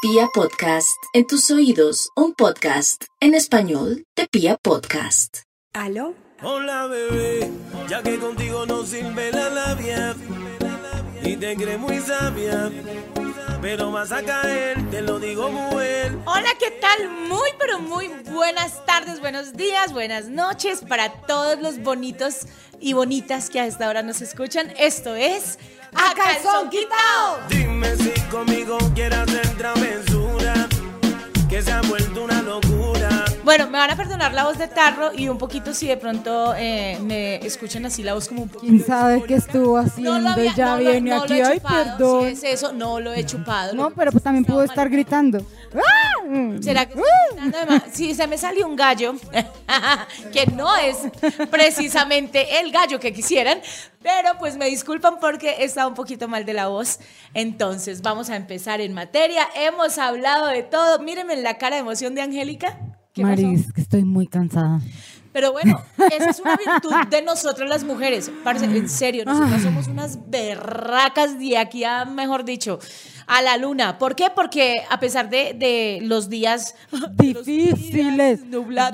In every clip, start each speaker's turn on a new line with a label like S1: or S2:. S1: Pia Podcast, en tus oídos, un podcast en español de Pia Podcast.
S2: ¿Aló?
S3: Hola bebé, ya que contigo no sirve la labia y te crees muy sabia, pero vas a caer, te lo digo mujer.
S4: Hola, ¿qué tal? Muy, pero muy buenas tardes, buenos días, buenas noches para todos los bonitos y bonitas que a esta hora nos escuchan. Esto es
S2: A Calzón Quitao.
S3: Dime si conmigo quieres hacer travesura, que se ha vuelto una locura.
S4: Bueno, me van a perdonar la voz de tarro y un poquito si de pronto eh, me escuchan así la voz como un poquito...
S5: ¿Quién sabe qué estuvo haciendo?
S4: había-
S5: ya
S4: no lo-
S5: viene
S4: no lo
S5: aquí.
S4: he
S5: Ay,
S4: chupado,
S5: perdón.
S4: si es eso, no lo he chupado.
S5: no, pero pues también pudo estar gritando. ¡Ah! Mm.
S4: ¿Será que
S5: ¡Uh!
S4: si se me salió un gallo, que no es precisamente el gallo que quisieran, pero pues me disculpan porque he estado un poquito mal de la voz. Entonces, vamos a empezar en materia. Hemos hablado de todo. Mírenme la cara de emoción de Angélica. ¿Qué pasó?
S5: Maris, que estoy muy cansada.
S4: Pero bueno, esa es una virtud de nosotros las mujeres. Parce, en serio, nosotras somos unas berracas de aquí a, mejor dicho, a la luna. ¿Por qué? Porque a pesar de, de los días
S5: Difíciles,
S4: nublados.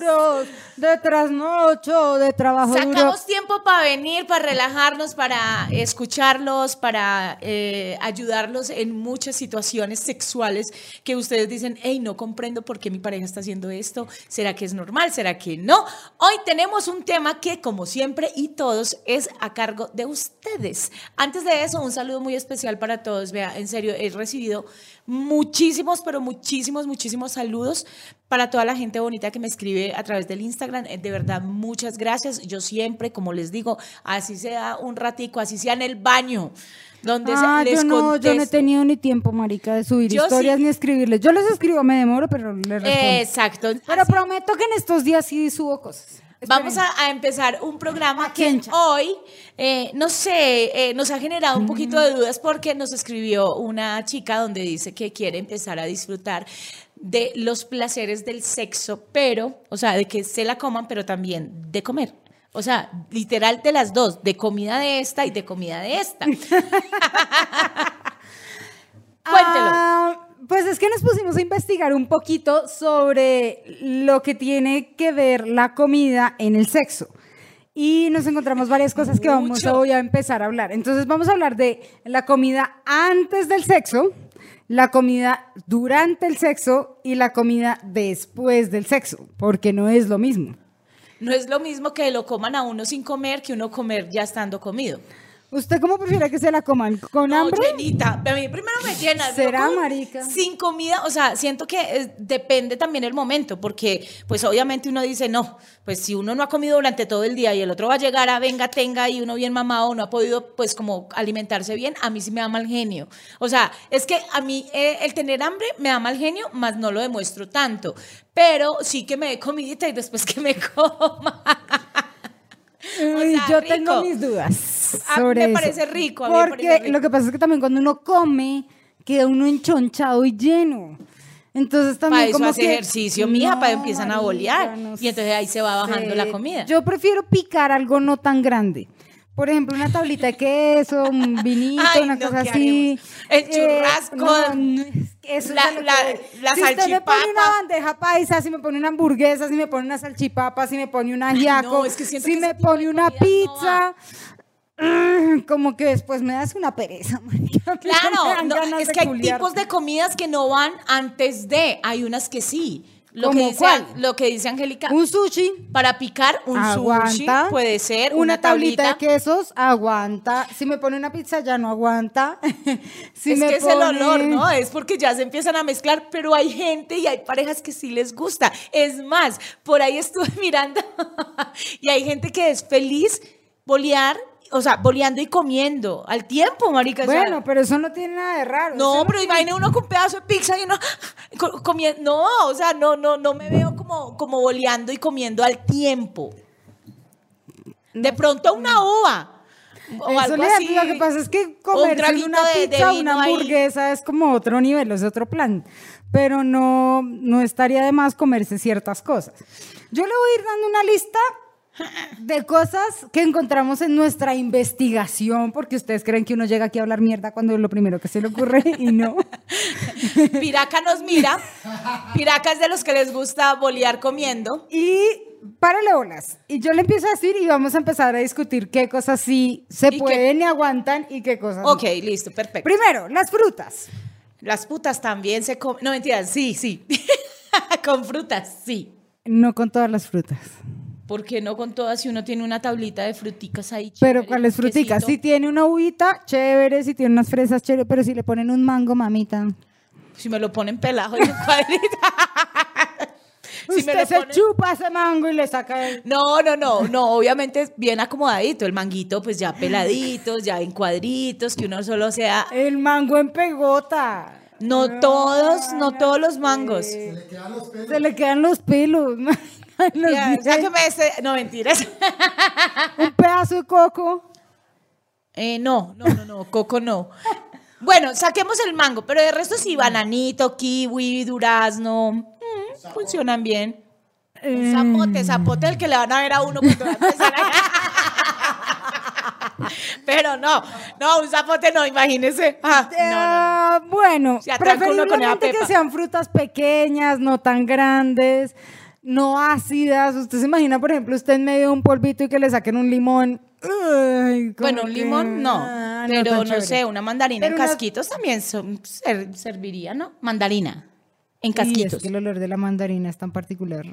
S5: duros, de trasnocho, de trabajo duro.
S4: Sacamos tiempo para venir, para relajarnos, para escucharlos, para eh, ayudarlos en muchas situaciones sexuales que ustedes dicen, hey, no comprendo por qué mi pareja está haciendo esto, ¿será que es normal? ¿Será que no? Hoy tenemos un tema que, como siempre y todos, es a cargo de ustedes. Antes de eso, un saludo muy especial para todos. Vea, en serio, he recibido muchísimos, pero muchísimos, muchísimos saludos para toda la gente bonita que me escribe a través del Instagram. Eh, De verdad, muchas gracias. Yo siempre, como les digo, así sea un ratico, así sea en el baño, donde se-
S5: Ah,
S4: les
S5: yo no, yo no he
S4: contesto.
S5: tenido ni tiempo, marica, de subir
S4: Yo
S5: historias
S4: sí.
S5: ni escribirles. Yo les escribo, me demoro, pero les respondo.
S4: Exacto.
S5: pero
S4: Así-
S5: prometo que en estos días sí subo cosas.
S4: Vamos
S5: Esperen.
S4: a, a empezar un programa que
S5: Paciencia.
S4: hoy, eh, no sé, eh, nos ha generado
S5: Mm.
S4: un poquito de dudas porque nos escribió una chica donde dice que quiere empezar a disfrutar de los placeres del sexo, pero, o sea, de que se la coman, pero también de comer. O sea, literal de las dos, de comida de esta y de comida de esta. Cuéntelo.
S5: Ah, pues es que nos pusimos a investigar un poquito sobre lo que tiene que ver la comida en el sexo. Y nos encontramos varias cosas que vamos
S4: Mucho.
S5: hoy a empezar a hablar. Entonces vamos a hablar de la comida antes del sexo, la comida durante el sexo y la comida después del sexo, porque no es lo mismo.
S4: No es lo mismo que lo coman a uno sin comer que uno comer ya estando comido.
S5: ¿Usted cómo prefiere que se la coman? ¿Con
S4: No,
S5: hambre?
S4: llenita. A mí primero me llena. pero
S5: ¿Será,
S4: como
S5: marica?
S4: Sin comida, o sea, siento que eh, depende también el momento, porque pues obviamente uno dice, no, pues si uno no ha comido durante todo el día y el otro va a llegar a venga, tenga y uno bien mamado, no ha podido pues como alimentarse bien, a mí sí me da mal genio. O sea, es que a mí eh, el tener hambre me da mal genio, más no lo demuestro tanto, pero sí que me dé comidita y después que me coma.
S5: Uy,
S4: sea,
S5: yo
S4: rico.
S5: tengo mis dudas
S4: A mí
S5: sobre eso.
S4: me parece rico, a mí me
S5: porque
S4: parece rico.
S5: lo que pasa es que también cuando uno come queda uno enchonchado y lleno. Entonces también
S4: Para eso
S5: como
S4: hace
S5: que-
S4: ejercicio, mija, para empiezan a
S5: marica,
S4: bolear.
S5: no
S4: Y entonces ahí se va bajando la comida.
S5: Yo prefiero picar algo no tan grande. Por ejemplo, una tablita de queso, un vinito,
S4: Ay,
S5: una
S4: no,
S5: cosa
S4: ¿qué
S5: así. Eh,
S4: haremos? El churrasco,
S5: es que eso es
S4: la-
S5: a lo que
S4: la-
S5: voy.
S4: la
S5: si usted me pone una
S4: salchipapa.
S5: bandeja paisa, si me pone una hamburguesa, si me pone una salchipapa, si me pone un ajiaco,
S4: es que siento
S5: si
S4: que
S5: me
S4: ese tipo de
S5: pone una
S4: comida no va.
S5: pizza. mm, Como que después me das una pereza, marica. que no me
S4: Claro,
S5: dan
S4: no,
S5: ganas
S4: es
S5: de
S4: que hay
S5: culiar.
S4: tipos de comidas que no van antes de, hay unas que sí. Lo
S5: ¿Cómo
S4: que dice,
S5: cuál?
S4: Lo que dice Angélica,
S5: Un sushi,
S4: para picar un sushi
S5: aguanta.
S4: puede ser
S5: una,
S4: una,
S5: tablita,
S4: tablita.
S5: de quesos, aguanta. Si me pone una pizza ya no aguanta. Si
S4: es
S5: me
S4: que es
S5: pone-
S4: el olor, ¿no? Es porque ya se empiezan a mezclar, pero hay gente y hay parejas que sí les gusta. Es más, por ahí estuve mirando y hay gente que es feliz bolear, o sea, boleando y comiendo al tiempo, marica. o sea,
S5: Bueno, pero eso no tiene nada de raro.
S4: No,
S5: eso
S4: pero imagínate uno con un pedazo de pizza y uno co- comiendo. No, o sea, no, no, no me veo como, como boleando y comiendo al tiempo. De pronto una uva. O
S5: Eso
S4: algo
S5: le-
S4: así.
S5: Lo que pasa es que
S4: O un
S5: comerse
S4: traguito
S5: una
S4: de- de
S5: pizza,
S4: vino
S5: una
S4: ahí.
S5: hamburguesa es como otro nivel, es otro plan. Pero no, no estaría de más comerse ciertas cosas. Yo le voy a ir dando una lista de cosas que encontramos en nuestra investigación, porque ustedes creen que uno llega aquí a hablar mierda cuando lo primero que se le ocurre y no.
S4: Piraca nos mira. Piraca es de los que les gusta bolear comiendo.
S5: Y párale bolas. Y yo le empiezo a decir y vamos a empezar a discutir qué cosas sí se
S4: qué-
S5: pueden y aguantan y qué cosas no.
S4: Ok, listo, perfecto.
S5: Primero, las frutas.
S4: Las putas también se comen. No, mentira, sí, sí. con frutas, sí.
S5: No con todas las frutas.
S4: ¿Por qué no con todas si uno tiene una tablita de fruticas ahí?
S5: Pero
S4: chévere,
S5: ¿cuáles fruticas? Si
S4: quesito?
S5: tiene una uvita, chévere. Si tiene unas fresas, chévere. Pero si le ponen un mango, mamita.
S4: Si me lo ponen pelado en un cuadrito. Si me
S5: Usted
S4: lo
S5: se
S4: ponen-
S5: chupa ese mango y le saca el...
S4: No, no, no, no, obviamente es bien acomodadito, el manguito pues ya peladito, ya en cuadritos, que uno solo sea...
S5: El mango en pegota. Eh,
S4: No todos, no todos los mangos.
S5: Se le quedan los pelos. man. Los
S4: Ya,
S5: dientes.
S4: sáqueme ese- No, mentiras.
S5: Un pedazo de coco.
S4: Eh, no, no, no, no, coco no. Bueno, saquemos el mango, pero de resto sí, bananito, kiwi, durazno, mm, funcionan bien.
S5: Em.
S4: Un zapote, zapote el que le van a ver a uno cuando va a empezar a- Pero no, no, un zapote no, imagínese. Ah, no, no, no.
S5: Ah, Bueno,
S4: Se atranca uno con esa
S5: preferiblemente que
S4: pepa.
S5: sean frutas pequeñas, no tan grandes, no ácidas. Usted se imagina, por ejemplo, usted en medio de un polvito y que le saquen un limón. Ay, como
S4: Bueno, un
S5: que,
S4: limón no,
S5: ah,
S4: pero
S5: tan
S4: no,
S5: chévere.
S4: sé, una mandarina
S5: Pero
S4: en
S5: una-
S4: casquitos también son- ser- serviría, ¿no? Mandarina en
S5: Y
S4: casquitos.
S5: es que el olor de la mandarina es tan particular.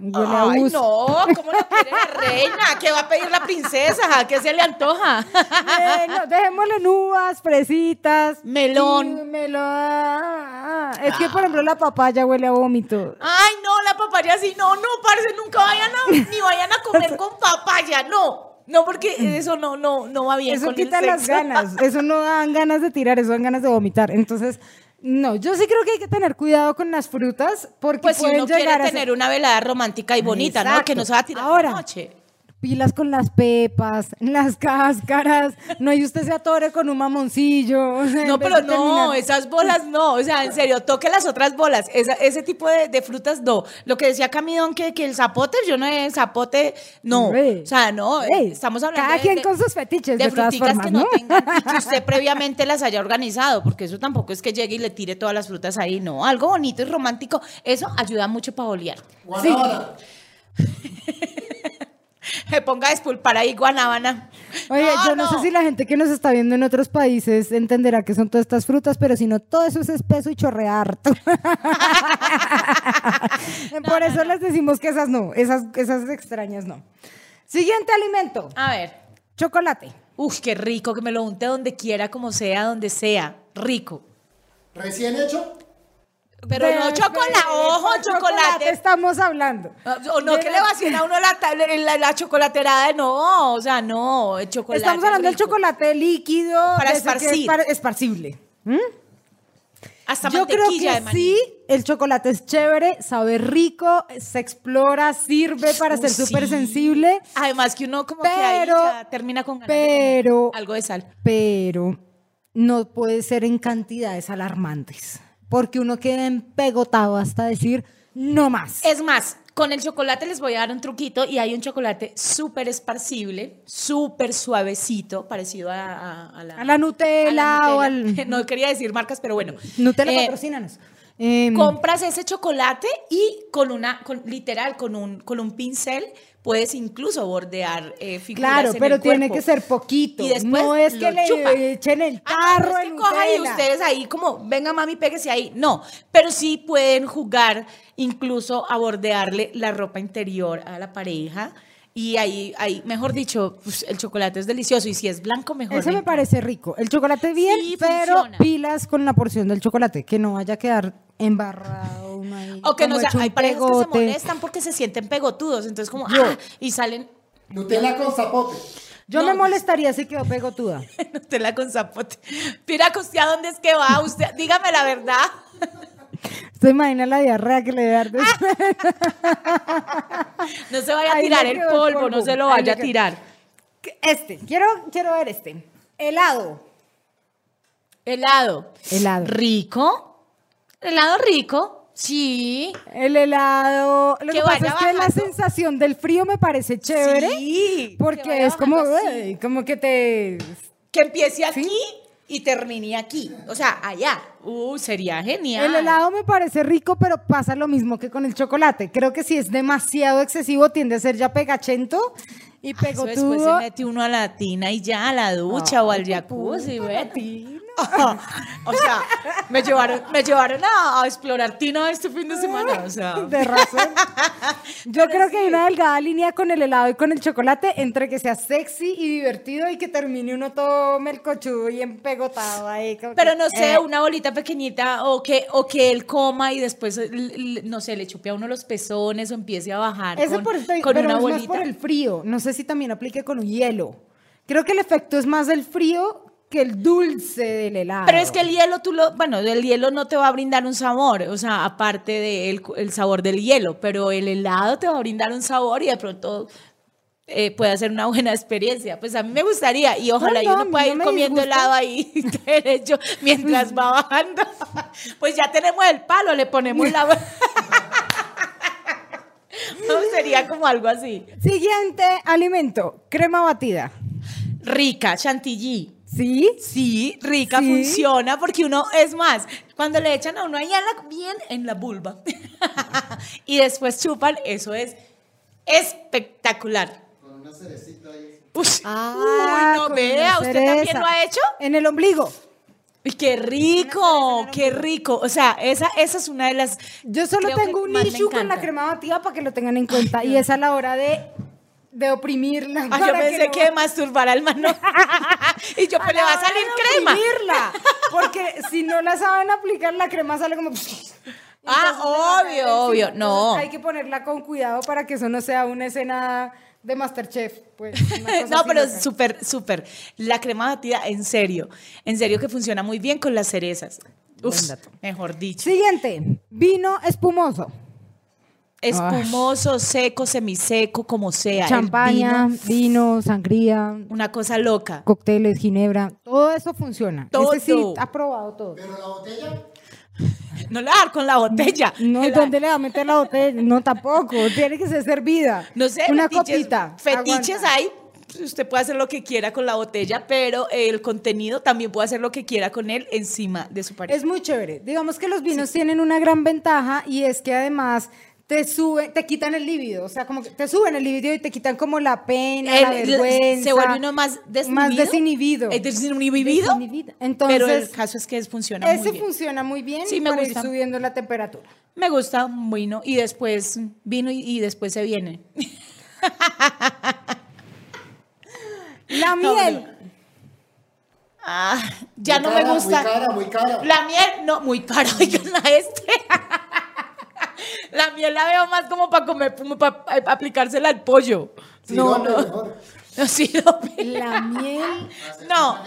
S5: Huele a
S4: Ay,
S5: bus.
S4: no, ¿cómo lo quiere la reina? ¿Qué va a pedir la princesa? ¿Qué se le antoja?
S5: Bueno, dejémosle en uvas, fresitas.
S4: Melón.
S5: y melón. Ah, Es que, por ejemplo, la papaya huele a vómito.
S4: Ay, no, la papaya sí, no, no, parce, nunca vayan a, ni vayan a comer con papaya, no. No, porque eso no, no, no va bien
S5: Eso
S4: con el
S5: quita las
S4: sexo.
S5: ganas. Eso no dan ganas de tirar, eso dan ganas de vomitar. Entonces, no, yo sí creo que hay que tener cuidado con las frutas porque
S4: Pues si
S5: pueden
S4: uno quiere
S5: llegar a
S4: tener
S5: ser
S4: una velada romántica y bonita, ¿no? Que
S5: Exacto.
S4: no se va a tirar
S5: Ahora,
S4: Ahora, noche.
S5: pilas con las pepas, las cáscaras. No hay usted se atore con un mamoncillo. o sea, en
S4: No,
S5: vez
S4: pero
S5: de
S4: no,
S5: terminar-
S4: esas bolas no. O sea, en serio, toque las otras bolas. Esa- ese tipo de, de frutas no. Lo que decía Camidón, que, que el zapote, yo no he zapote, no.
S5: Ey.
S4: O sea, no, eh,
S5: Ey,
S4: estamos hablando
S5: cada
S4: de-
S5: quien
S4: de-
S5: con sus fetiches,
S4: de
S5: de todas
S4: fruticas
S5: formas,
S4: que no,
S5: ¿no?
S4: tengan y que usted previamente las haya organizado, porque eso tampoco es que llegue y le tire todas las frutas ahí, no. Algo bonito y romántico, eso ayuda mucho para bolear. Se ponga a despulpar ahí guanábana.
S5: Oye, yo no, sé si la gente que nos está viendo en otros países entenderá que son todas estas frutas, pero si no, todo eso es espeso y chorrea harto. Por eso les decimos que esas no, esas, esas extrañas no. Siguiente alimento,
S4: A ver.
S5: chocolate.
S4: Uf, qué rico, que me lo unte donde quiera, como sea, donde sea. Rico.
S6: Recién hecho.
S4: Pero no
S5: De-
S4: chocolate,
S5: de-
S4: ojo,
S5: de
S4: chocolate.
S5: Estamos hablando.
S4: Ah, O no, que le vacían a uno la, tabla- eh, la, la chocolaterada de no, o sea, no, el chocolate.
S5: Estamos hablando del
S4: rico.
S5: chocolate líquido.
S4: Para
S5: de ese que es
S4: esparcir.
S5: para- esparcible.
S4: Hasta
S5: Yo creo
S4: mantequilla
S5: que
S4: de maní.
S5: sí, el chocolate es chévere, sabe rico, se explora, sirve para
S4: Uh,
S5: ser
S4: sí.
S5: súper sensible,
S4: Además que uno como que ahí
S5: pero,
S4: ya termina con ganas de comer
S5: pero,
S4: algo de sal.
S5: pero no puede ser en cantidades alarmantes, porque uno queda empegotado hasta decir no más.
S4: Es más, con el chocolate les voy a dar un truquito y hay un chocolate súper esparcible, súper suavecito, parecido a, a- la,
S5: A la Nutella o al-
S4: No quería decir marcas, pero bueno.
S5: Nutella
S4: Eh,
S5: patrocínanos. Em,
S4: Compras ese chocolate y con una, con- literal, con un, con un pincel puedes incluso bordear eh, figuras
S5: Claro,
S4: en
S5: pero
S4: el
S5: tiene
S4: cuerpo.
S5: que ser poquito.
S4: Y después
S5: no es que
S4: lo
S5: le
S4: chupa.
S5: echen el
S4: Ah,
S5: tarro
S4: no, no es
S5: de
S4: que coja y
S5: Nutella.
S4: ustedes ahí como, venga mami, pégase ahí. No, pero sí pueden jugar incluso a bordearle la ropa interior a la pareja. Y ahí, ahí mejor dicho, pues, el chocolate es delicioso. Y si es blanco, mejor.
S5: Eso me
S4: rico.
S5: parece rico. El chocolate bien,
S4: Sí,
S5: pero
S4: funciona.
S5: pilas con la porción del chocolate, que no vaya a quedar embarrado uno ahí.
S4: O que no
S5: como
S4: sea,
S5: hecho un
S4: hay parejas que se
S5: pegote.
S4: molestan porque se sienten pegotudos. Entonces, como, ah, y salen
S6: Nutella con zapote.
S5: Yo
S4: No,
S5: me
S4: pues-
S5: molestaría si quedó pegotuda.
S4: Nutella con zapote. Piraco, ¿usted a dónde es que va? Usted, dígame la verdad.
S5: ¿Se imagina la diarrea que le debe dar? después?
S4: No se vaya a
S5: Ahí le
S4: tirar el
S5: quedó el
S4: polvo,
S5: polvo.
S4: no se lo
S5: Ahí le
S4: vaya a
S5: quedó.
S4: tirar.
S5: Este, quiero, quiero ver este. Helado.
S4: Helado.
S5: Helado.
S4: Rico. Helado rico. Sí.
S5: El helado. Lo
S4: Que
S5: que, pasa es
S4: vaya
S5: que la
S4: bajando.
S5: sensación del frío me parece chévere.
S4: Sí. Que
S5: Porque
S4: vaya
S5: es como,
S4: bajando, sí.
S5: "Ey", como que te.
S4: Que empiece aquí y termine aquí. O sea, allá. Uh, sería genial.
S5: El helado me parece rico, pero pasa lo mismo que con el chocolate. Creo que si es demasiado excesivo, tiende a ser ya pegachento y
S4: Ah, Eso
S5: pegotudo.
S4: después se mete uno a la tina y ya, a la ducha o al jacuzzi, bueno. o sea, me llevaron, me llevaron a, a explorar tina este fin de semana. O sea,
S5: De razón. Yo creo que hay una delgada línea con el helado y con el chocolate entre que sea sexy y divertido y que termine uno todo melcochudo y empegotado ahí. como
S4: Pero
S5: que,
S4: no sé,
S5: eh,
S4: una bolita pequeñita o que, o que él coma y después, l- l- no sé, le chupe a uno los pezones o empiece a bajar
S5: Eso
S4: con,
S5: por esto-
S4: con
S5: pero
S4: una
S5: es más
S4: bolita.
S5: por el frío. No sé si también aplique con un hielo. Creo que el efecto es más del frío que el dulce del helado.
S4: Pero es que el hielo, tú lo, bueno, el hielo no te va a brindar un sabor, o sea, aparte del el sabor del hielo, pero el helado te va a brindar un sabor y de pronto eh, puede ser una buena experiencia. Pues a mí me gustaría y ojalá
S5: No,
S4: yo
S5: no, a
S4: uno
S5: mí
S4: pueda
S5: no
S4: ir
S5: me
S4: comiendo
S5: disgusta.
S4: helado ahí derecho mientras va bajando. Pues ya tenemos el palo, le ponemos la... No, sería como algo así.
S5: Siguiente alimento, crema batida.
S4: Rica, chantilly.
S5: ¿Sí?
S4: Sí, rica,
S5: Sí.
S4: funciona, porque uno, es más, cuando le echan a uno ahí en la- bien en la vulva y después chupan, eso es espectacular.
S6: Con una cerecita ahí.
S4: Ush,
S5: Ah,
S4: uy, no
S5: con
S4: vea,
S5: una
S4: ¿usted también
S5: cereza.
S4: lo ha hecho?
S5: En el ombligo.
S4: Uy, qué rico, qué rico. O sea, esa, esa es una de las...
S5: Yo solo
S4: creo que
S5: tengo un
S4: más me
S5: issue con
S4: encanta.
S5: la crema batida para que lo tengan en cuenta. y es a la hora de, de oprimirla.
S4: Ah, yo
S5: para
S4: pensé
S5: no-
S4: que, masturbar al mano. y yo,
S5: a
S4: pues le
S5: la
S4: va a
S5: hora
S4: salir
S5: de
S4: crema.
S5: oprimirla, porque si no la saben aplicar, la crema sale como... Entonces,
S4: Ah, obvio,
S5: le va a caer
S4: obvio,
S5: encima.
S4: no.
S5: Entonces, Hay que ponerla con cuidado para que eso no sea una escena de Masterchef. Pues, una cosa
S4: No,
S5: así
S4: pero
S5: loca.
S4: súper, súper. La crema batida, en serio. En serio que funciona muy bien con las cerezas. Uf, mejor dicho.
S5: Siguiente, vino espumoso.
S4: Espumoso, seco, semiseco, como sea. el
S5: Champaña,
S4: vino,
S5: vino, sangría,
S4: una cosa loca.
S5: cócteles, ginebra, todo eso funciona.
S4: Todo.
S5: Ese sí, ha probado todo.
S6: Pero la botella,
S4: No la dar con la botella.
S5: No, ¿y
S4: La-
S5: ¿dónde le va a meter la botella? No, tampoco. Tiene que ser servida.
S4: no sé,
S5: Una
S4: fetiches-
S5: copita.
S4: Fetiches
S5: aguanta.
S4: hay. Usted puede hacer lo que quiera con la botella, pero el contenido también puede hacer lo que quiera con él encima de su pareja.
S5: Es muy chévere. Digamos que los vinos tienen una gran ventaja y es que además te suben, te quitan el líbido. O sea, como que te suben el líbido y te quitan como la pena, la
S4: El-
S5: vergüenza.
S4: se vuelve uno más desinhibido.
S5: Más desinhibido.
S4: Es desinhibido.
S5: Desinhibido. Entonces,
S4: pero el caso es que es- funciona muy
S5: Ese
S4: bien.
S5: funciona muy bien
S4: Sí, me
S5: para
S4: gusta.
S5: ir subiendo la temperatura.
S4: Me gusta un vino y después vino y, y después se viene.
S5: La
S4: No,
S5: miel.
S4: Ah, ya
S6: muy
S4: no
S6: cara,
S4: me gusta.
S6: Muy cara, muy cara.
S4: La miel, no, muy cara, oigan a este. la miel la veo más como para comer, como para aplicársela al pollo.
S6: Sí,
S4: no,
S6: no,
S4: no,
S6: mejor.
S4: no, sirope.
S5: La miel.
S4: No.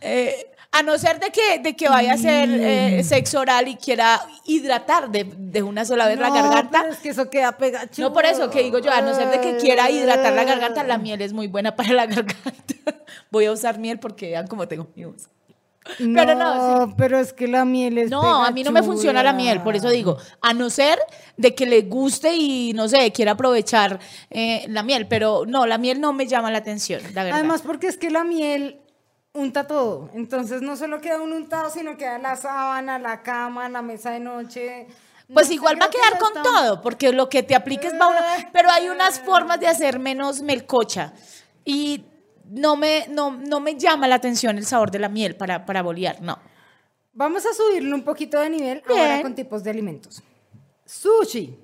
S4: Eh, a no ser de que, de que vaya a hacer
S5: Mm.
S4: eh, sexo oral y quiera hidratar de, de una sola vez la
S5: No,
S4: garganta.
S5: pero Es que eso queda pegachudo.
S4: No por eso que digo yo, a no ser de que quiera hidratar la garganta, la miel es muy buena para la garganta. Voy a usar miel porque vean como tengo mi voz. Pero no,
S5: pero es que la miel es
S4: No, a mí no me funciona la miel, por eso
S5: pegachuda.
S4: digo, a no ser de que le guste y no sé, quiera aprovechar eh, la miel, pero no, la miel no me llama la atención, la verdad.
S5: Además, porque es que la miel unta todo. Entonces, no solo queda un untado, sino queda la sábana, la cama, la mesa de noche.
S4: pues
S5: No sé,
S4: igual va a
S5: creo que
S4: quedar
S5: ya Ah.
S4: con
S5: estamos-
S4: todo, porque lo que te apliques va a uno, pero hay unas formas de hacer menos melcocha y no me, no, no me llama la atención el sabor de la miel para, para bolear, no.
S5: Vamos a subirle un poquito de nivel
S4: Bien.
S5: ahora con tipos de alimentos. Sushi,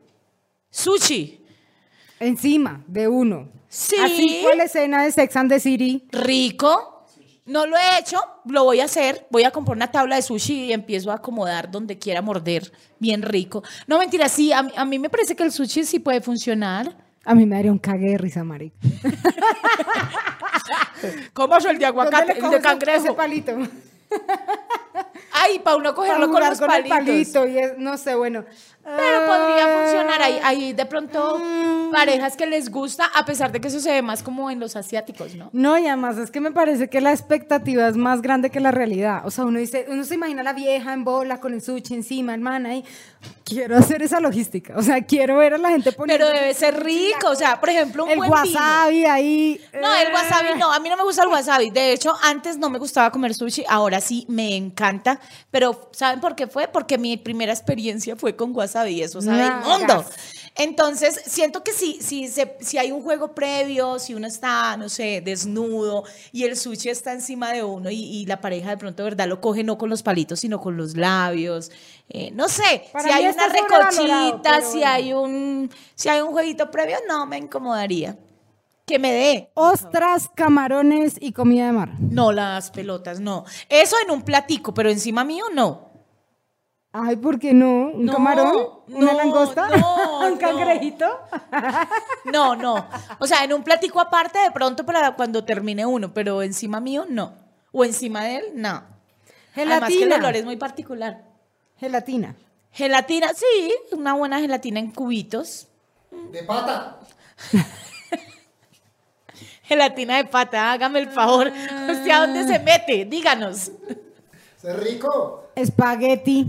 S4: Sushi.
S5: encima de uno.
S4: Sí.
S5: Así fue la escena de Sex and the City.
S4: rico. No lo he hecho, lo voy a hacer. Voy a comprar una tabla de sushi y empiezo a acomodar donde quiera morder, bien rico. No, mentira, sí, a, mí- a mí me parece que el sushi sí puede funcionar.
S5: A mí me daría un cague de risa, marica.
S4: ¿Cómo yo el de
S5: ¿Dónde le coges Ese palito.
S4: Ay, para uno cogerlo
S5: Para
S4: con
S5: jugar
S4: los
S5: con el
S4: palitos.
S5: palito y es- no sé, bueno.
S4: Pero podría
S5: Ah,
S4: funcionar ahí, ahí de pronto. parejas que les gusta, a pesar de que eso se ve más como en los asiáticos, ¿no?
S5: No, y además es que me parece que la expectativa es más grande que la realidad. O sea, uno dice, uno se imagina a la vieja en bola con el sushi encima, hermana, y quiero hacer esa logística. O sea, quiero ver a la gente poniendo
S4: Pero debe ser rico, o sea, por ejemplo, un
S5: el
S4: buen vino.
S5: wasabi ahí.
S4: No, el
S5: Eh,
S4: wasabi no, a mí no me gusta el wasabi. De hecho, antes no me gustaba comer sushi, ahora sí me encanta. Pero ¿saben por qué fue? Porque mi primera experiencia fue con wasabi y eso sabe
S5: Nalgas.
S4: mundo. Entonces, siento que si, si, se- si hay un juego previo, si uno está, no sé, desnudo y el sushi está encima de uno y, y la pareja de pronto, de ¿verdad? Lo coge no con los palitos, sino con los labios. Eh, no sé,
S5: Para
S4: si
S5: mí
S4: hay
S5: está
S4: una
S5: sobrevalorado,
S4: recochita,
S5: pero
S4: si,
S5: bueno.
S4: hay un, si hay un jueguito previo, no me incomodaría. Que me dé.
S5: Ostras, camarones y comida de mar.
S4: No, las pelotas, no. Eso en un platico, pero encima mío no.
S5: Ay, ¿por qué no? ¿Un
S4: No,
S5: camarón? ¿Una
S4: no,
S5: langosta?
S4: no,
S5: ¿Un cangrejito?
S4: No, no. O sea, en un platico aparte de pronto para cuando termine uno, pero encima mío no. O encima de él, no. Además que el
S5: Gelatina.
S4: olor es muy particular.
S5: Gelatina.
S4: Gelatina, sí, una buena gelatina en cubitos.
S6: De pata.
S4: Gelatina de pata, hágame el favor. ¿Usted a dónde se mete? Díganos.
S6: Es rico.
S5: Espagueti.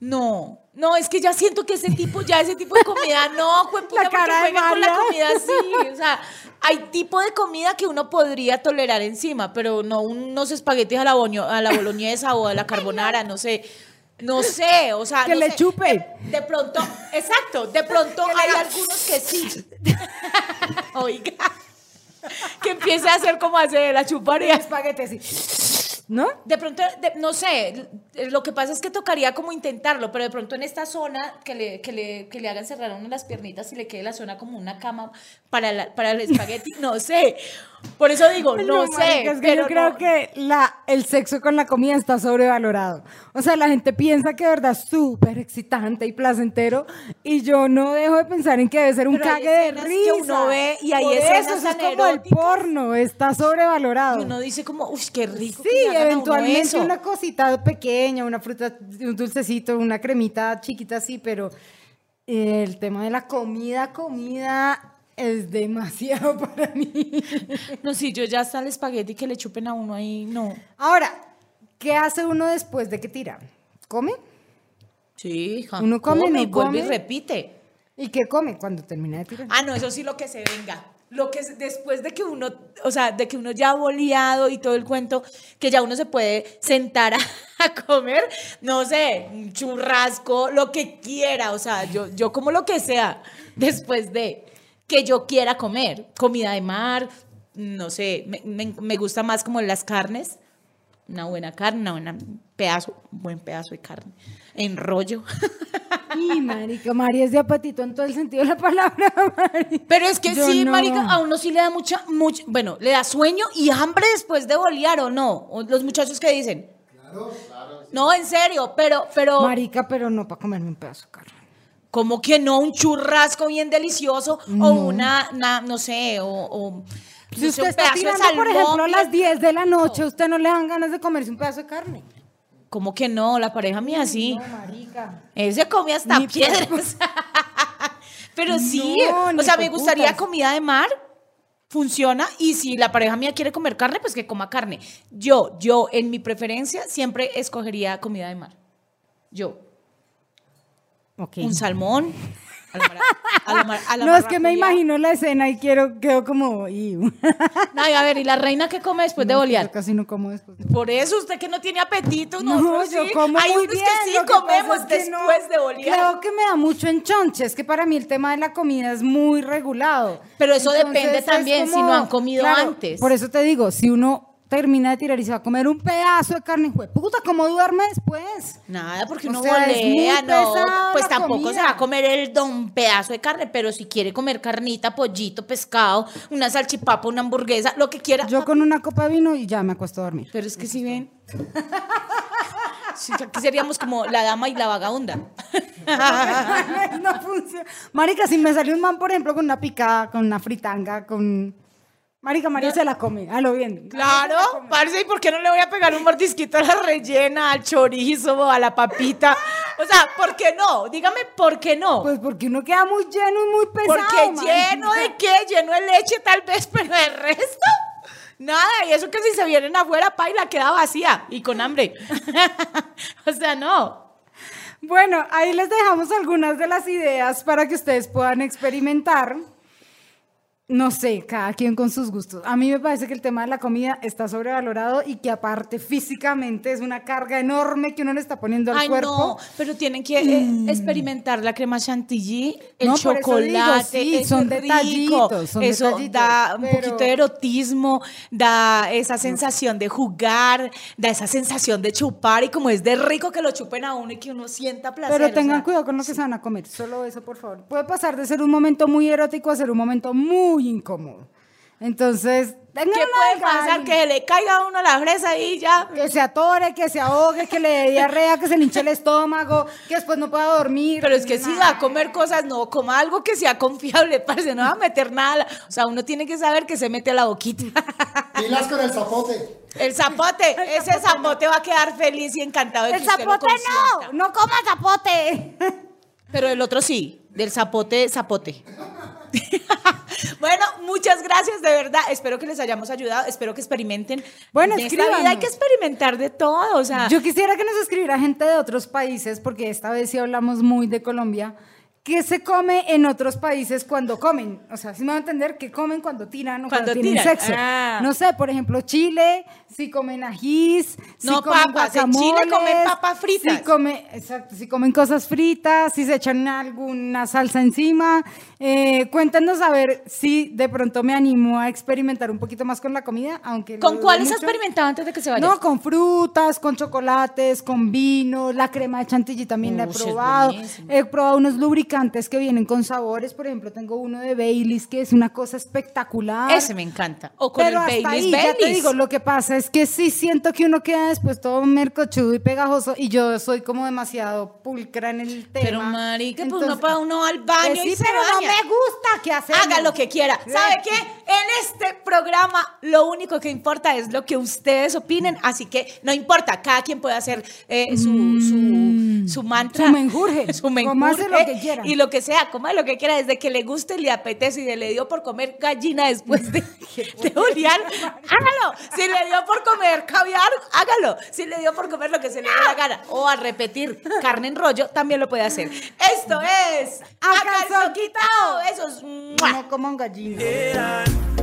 S4: No, no, es que ya siento que ese tipo, ya ese tipo de comida, no, jueputa,
S5: La
S4: porque
S5: cara de
S4: juegan con la
S5: mala.
S4: comida así. O sea, hay tipo de comida que uno podría tolerar encima, pero no unos espaguetis a la, boño- a la boloñesa o a la carbonara, no sé. No sé, o sea.
S5: Que
S4: Ah, no
S5: le
S4: sé. Eh,
S5: chupe.
S4: De pronto, exacto, de pronto hay algunos que sí. Oiga. Que empiece a hacer como hace la chuparía.
S5: Espagueti, así. ¿No?
S4: De pronto, de- no sé, l- lo que pasa es que tocaría como intentarlo, pero de pronto en esta zona que le, que le, que le hagan cerrar a uno las piernitas y le quede la zona como una cama para, la- para el espagueti, no sé. Por eso digo,
S5: Ay,
S4: no, sé.
S5: marica, es que
S4: pero
S5: yo creo
S4: no.
S5: que la, el sexo con la comida está sobrevalorado. O sea, la gente piensa que de verdad es súper excitante y placentero. Y yo no dejo de pensar en que debe ser un
S4: Pero hay
S5: cague de
S4: escenas
S5: risa.
S4: que uno ve y hay
S5: Por
S4: escenas
S5: eso, eso es
S4: tan
S5: como el
S4: eróticas.
S5: porno, está sobrevalorado.
S4: Y uno dice como, uff, qué rico. Pues que
S5: Sí,
S4: le hagan a uno
S5: eventualmente
S4: eso".
S5: una cosita pequeña, una fruta, un dulcecito, una cremita chiquita así, pero el tema de la comida, comida es demasiado para mí.
S4: No, sí, yo ya está el espagueti que le chupen a uno ahí, no.
S5: Ahora, ¿qué hace uno después de que tira? ¿Come?
S4: Sí, hija.
S5: Uno come,
S4: y
S5: no
S4: vuelve
S5: come.
S4: y repite.
S5: ¿Y qué come cuando termina de tirar?
S4: Ah, no, eso sí lo que se venga. Lo que se- después de que uno, o sea, de que uno ya ha boleado y todo el cuento, que ya uno se puede sentar a, a comer, no sé, un churrasco, lo que quiera, o sea, yo, yo como lo que sea, después de que yo quiera comer, comida de mar, no sé, me, me- me gusta más como las carnes, una buena carne, una buena pedazo, un buen pedazo de carne, en rollo.
S5: Y marica, María es de apetito en todo el sentido de la palabra, Mari.
S4: Pero es que
S5: Yo
S4: sí,
S5: no.
S4: marica, a uno sí le da mucha, mucha, bueno, le da sueño y hambre después de bolear o no. O los muchachos que dicen,
S6: Claro, claro.
S4: no, en serio, pero, pero,
S5: Marica, pero no para comerme un pedazo de carne.
S4: como que no, un churrasco bien delicioso o una, na- no sé, o, o, no
S5: Si Pues
S4: sé,
S5: usted
S4: un
S5: está
S4: pedazo de
S5: tirando, por ejemplo, a
S4: salmón
S5: las
S4: bien-
S5: 10 de la noche, a usted no le dan ganas de comerse un pedazo de carne.
S4: Como que no, la pareja mía sí.
S5: No, marica.
S4: Él se come hasta
S5: Ni
S4: piedras. Pero sí,
S5: No,
S4: o
S5: ni
S4: sea, me
S5: hijueputas.
S4: gustaría comida de mar. Funciona y si la pareja mía quiere comer carne, pues que coma carne. Yo, yo, en mi preferencia, siempre escogería comida de mar. Yo,
S5: Ok.
S4: un salmón. a la mara- a la mar- a la
S5: No, es que me
S4: marracuya.
S5: imagino la escena y quiero, quedo como... Y,
S4: No, y a ver, ¿y la reina qué come después de bolear?
S5: Yo casi no como después. de-
S4: Por eso usted que no tiene apetito,
S5: No,
S4: nosotros
S5: yo
S4: sí.
S5: como
S4: Hay
S5: muy
S4: unos
S5: bien.
S4: que sí
S5: lo pasa
S4: comemos
S5: es que no-
S4: después de bolear.
S5: Creo que me da mucho enchonche. Es que para mí el tema de la comida es muy regulado.
S4: Pero eso
S5: Entonces,
S4: depende
S5: es
S4: también si no han comido antes.
S5: Por eso te digo, si uno termina de tirar y se va a comer un pedazo de carne, jue puta, ¿cómo duerme después?
S4: Nada, porque
S5: O
S4: uno
S5: sea, es muy
S4: volea, no.
S5: pesada
S4: Pues
S5: la
S4: tampoco se va
S5: comida.
S4: a comer el don pedazo de carne, pero si quiere comer carnita, pollito, pescado, una salchipapa, una hamburguesa, lo que quiera.
S5: Yo con una copa de vino y ya me acuesto a dormir.
S4: Pero es que si ven. Sí, Aquí seríamos como la dama y la vagabunda.
S5: no funciona. Marica, si me salió un man, por ejemplo, con una picada, con una fritanga, con... Marica, María se la come, a lo bien.
S4: Claro, parce, ¿y por qué no le voy a pegar un mordisquito a la rellena, al chorizo, a la papita? O O sea, ¿por qué no? Dígame, ¿por qué no?
S5: Pues porque uno queda muy lleno y muy pesado.
S4: Porque
S5: marica.
S4: lleno de qué, lleno de leche tal vez, pero el resto, nada. Y eso que si se vienen afuera, paila, queda vacía y con hambre. o sea, no.
S5: Bueno, ahí les dejamos algunas de las ideas para que ustedes puedan experimentar. No sé, cada quien con sus gustos. A mí me parece que el tema de la comida está sobrevalorado y que aparte físicamente es una carga enorme que uno le está poniendo al
S4: Ay, no,
S5: cuerpo. Mm.
S4: pero tienen que eh, experimentar la crema chantilly, el
S5: No, por eso
S4: chocolate,
S5: digo, sí,
S4: eso
S5: son
S4: es rico.
S5: detallitos, son
S4: eso
S5: detallitos,
S4: da un
S5: pero-
S4: poquito de erotismo, da esa sensación de jugar, da esa sensación de chupar y como es de rico que lo chupen a uno y que uno sienta placer.
S5: Pero
S4: o
S5: tengan
S4: sea,
S5: cuidado con lo que se van a comer. Solo eso, por favor. Puede pasar de ser un momento muy erótico a ser un momento muy incómodo. Entonces, tengan
S4: ¿Qué
S5: una
S4: puede
S5: delgada
S4: pasar?
S5: línea.
S4: Que le caiga a uno la fresa y ya.
S5: Que se atore, que se ahogue, que le dé diarrea, que se le hinche el estómago, que después no pueda dormir.
S4: Pero es que si va a
S5: Nah.
S4: comer cosas, no coma algo que sea confiable, parce, no va a meter nada. O sea, uno tiene que saber que se mete a la boquita.
S6: Pilas con el zapote.
S4: El zapote, ese zapote va a quedar feliz y encantado de
S5: El
S4: que usted lo
S5: zapote no,
S4: consienta.
S5: no coma zapote.
S4: Pero el otro sí, del zapote, zapote. bueno, muchas gracias, de verdad. Espero que les hayamos ayudado, espero que experimenten.
S5: Bueno,
S4: en esta
S5: escríbanos.
S4: vida hay que experimentar de todo, o sea.
S5: Yo quisiera que nos escribiera gente de otros países, porque esta vez sí hablamos muy de Colombia. ¿Qué se come en otros países cuando comen? O sea, si me va a entender, ¿qué comen cuando tiran o cuando,
S4: Cuando
S5: tienen
S4: tiran,
S5: sexo?
S4: ah.
S5: No sé, por ejemplo, Chile, si comen ajís, si
S4: No,
S5: comen
S4: papas, en Chile comen
S5: guacamoles,
S4: papas fritas.
S5: Si come- exacto, si comen cosas fritas, si se echan alguna salsa encima. Eh, cuéntanos a ver si de pronto me animó a experimentar un poquito más con la comida, aunque... lo
S4: ¿Con
S5: dudo
S4: cuáles ha
S5: mucho.
S4: experimentado antes de que se vaya?
S5: No, con frutas, con chocolates, con vino, la crema de chantilly también la he
S4: Ush, es
S5: probado.
S4: buenísimo.
S5: He probado unos lubricantes que vienen con sabores, por ejemplo, tengo uno de Baileys que es una cosa espectacular.
S4: Ese me encanta. O con
S5: Pero
S4: el
S5: hasta
S4: Baileys
S5: ahí, ya te
S4: Baileys.
S5: digo, lo que pasa es que sí siento que uno queda después todo mercochudo y pegajoso y yo soy como demasiado pulcra en el tema.
S4: Pero marica, pues
S5: Entonces-
S4: uno para uno va al baño
S5: Pues
S4: y
S5: sí,
S4: se
S5: pero no
S4: baña.
S5: me gusta que Eh, hacer.
S4: Haga lo que quiera. ¿Sabe qué? En este programa lo único que importa es lo que ustedes opinen, así que no importa, cada quien puede hacer eh, su, su, su mantra.
S5: Mm. Su menjurje.
S4: Su menjurje.
S5: Cómase lo que quiera.
S4: Y lo que sea, coma lo que quiera, desde que le guste, le apetece y le dio por comer gallina después de, de Julián, hágalo. Si le dio por comer caviar, hágalo. Si le dio por comer lo que se le dé la gana. O a repetir carne en rollo, también lo puede hacer. Esto es...
S5: A calzón
S4: quitado! Esos... ¡mua!
S5: No como un gallino.
S3: Yeah.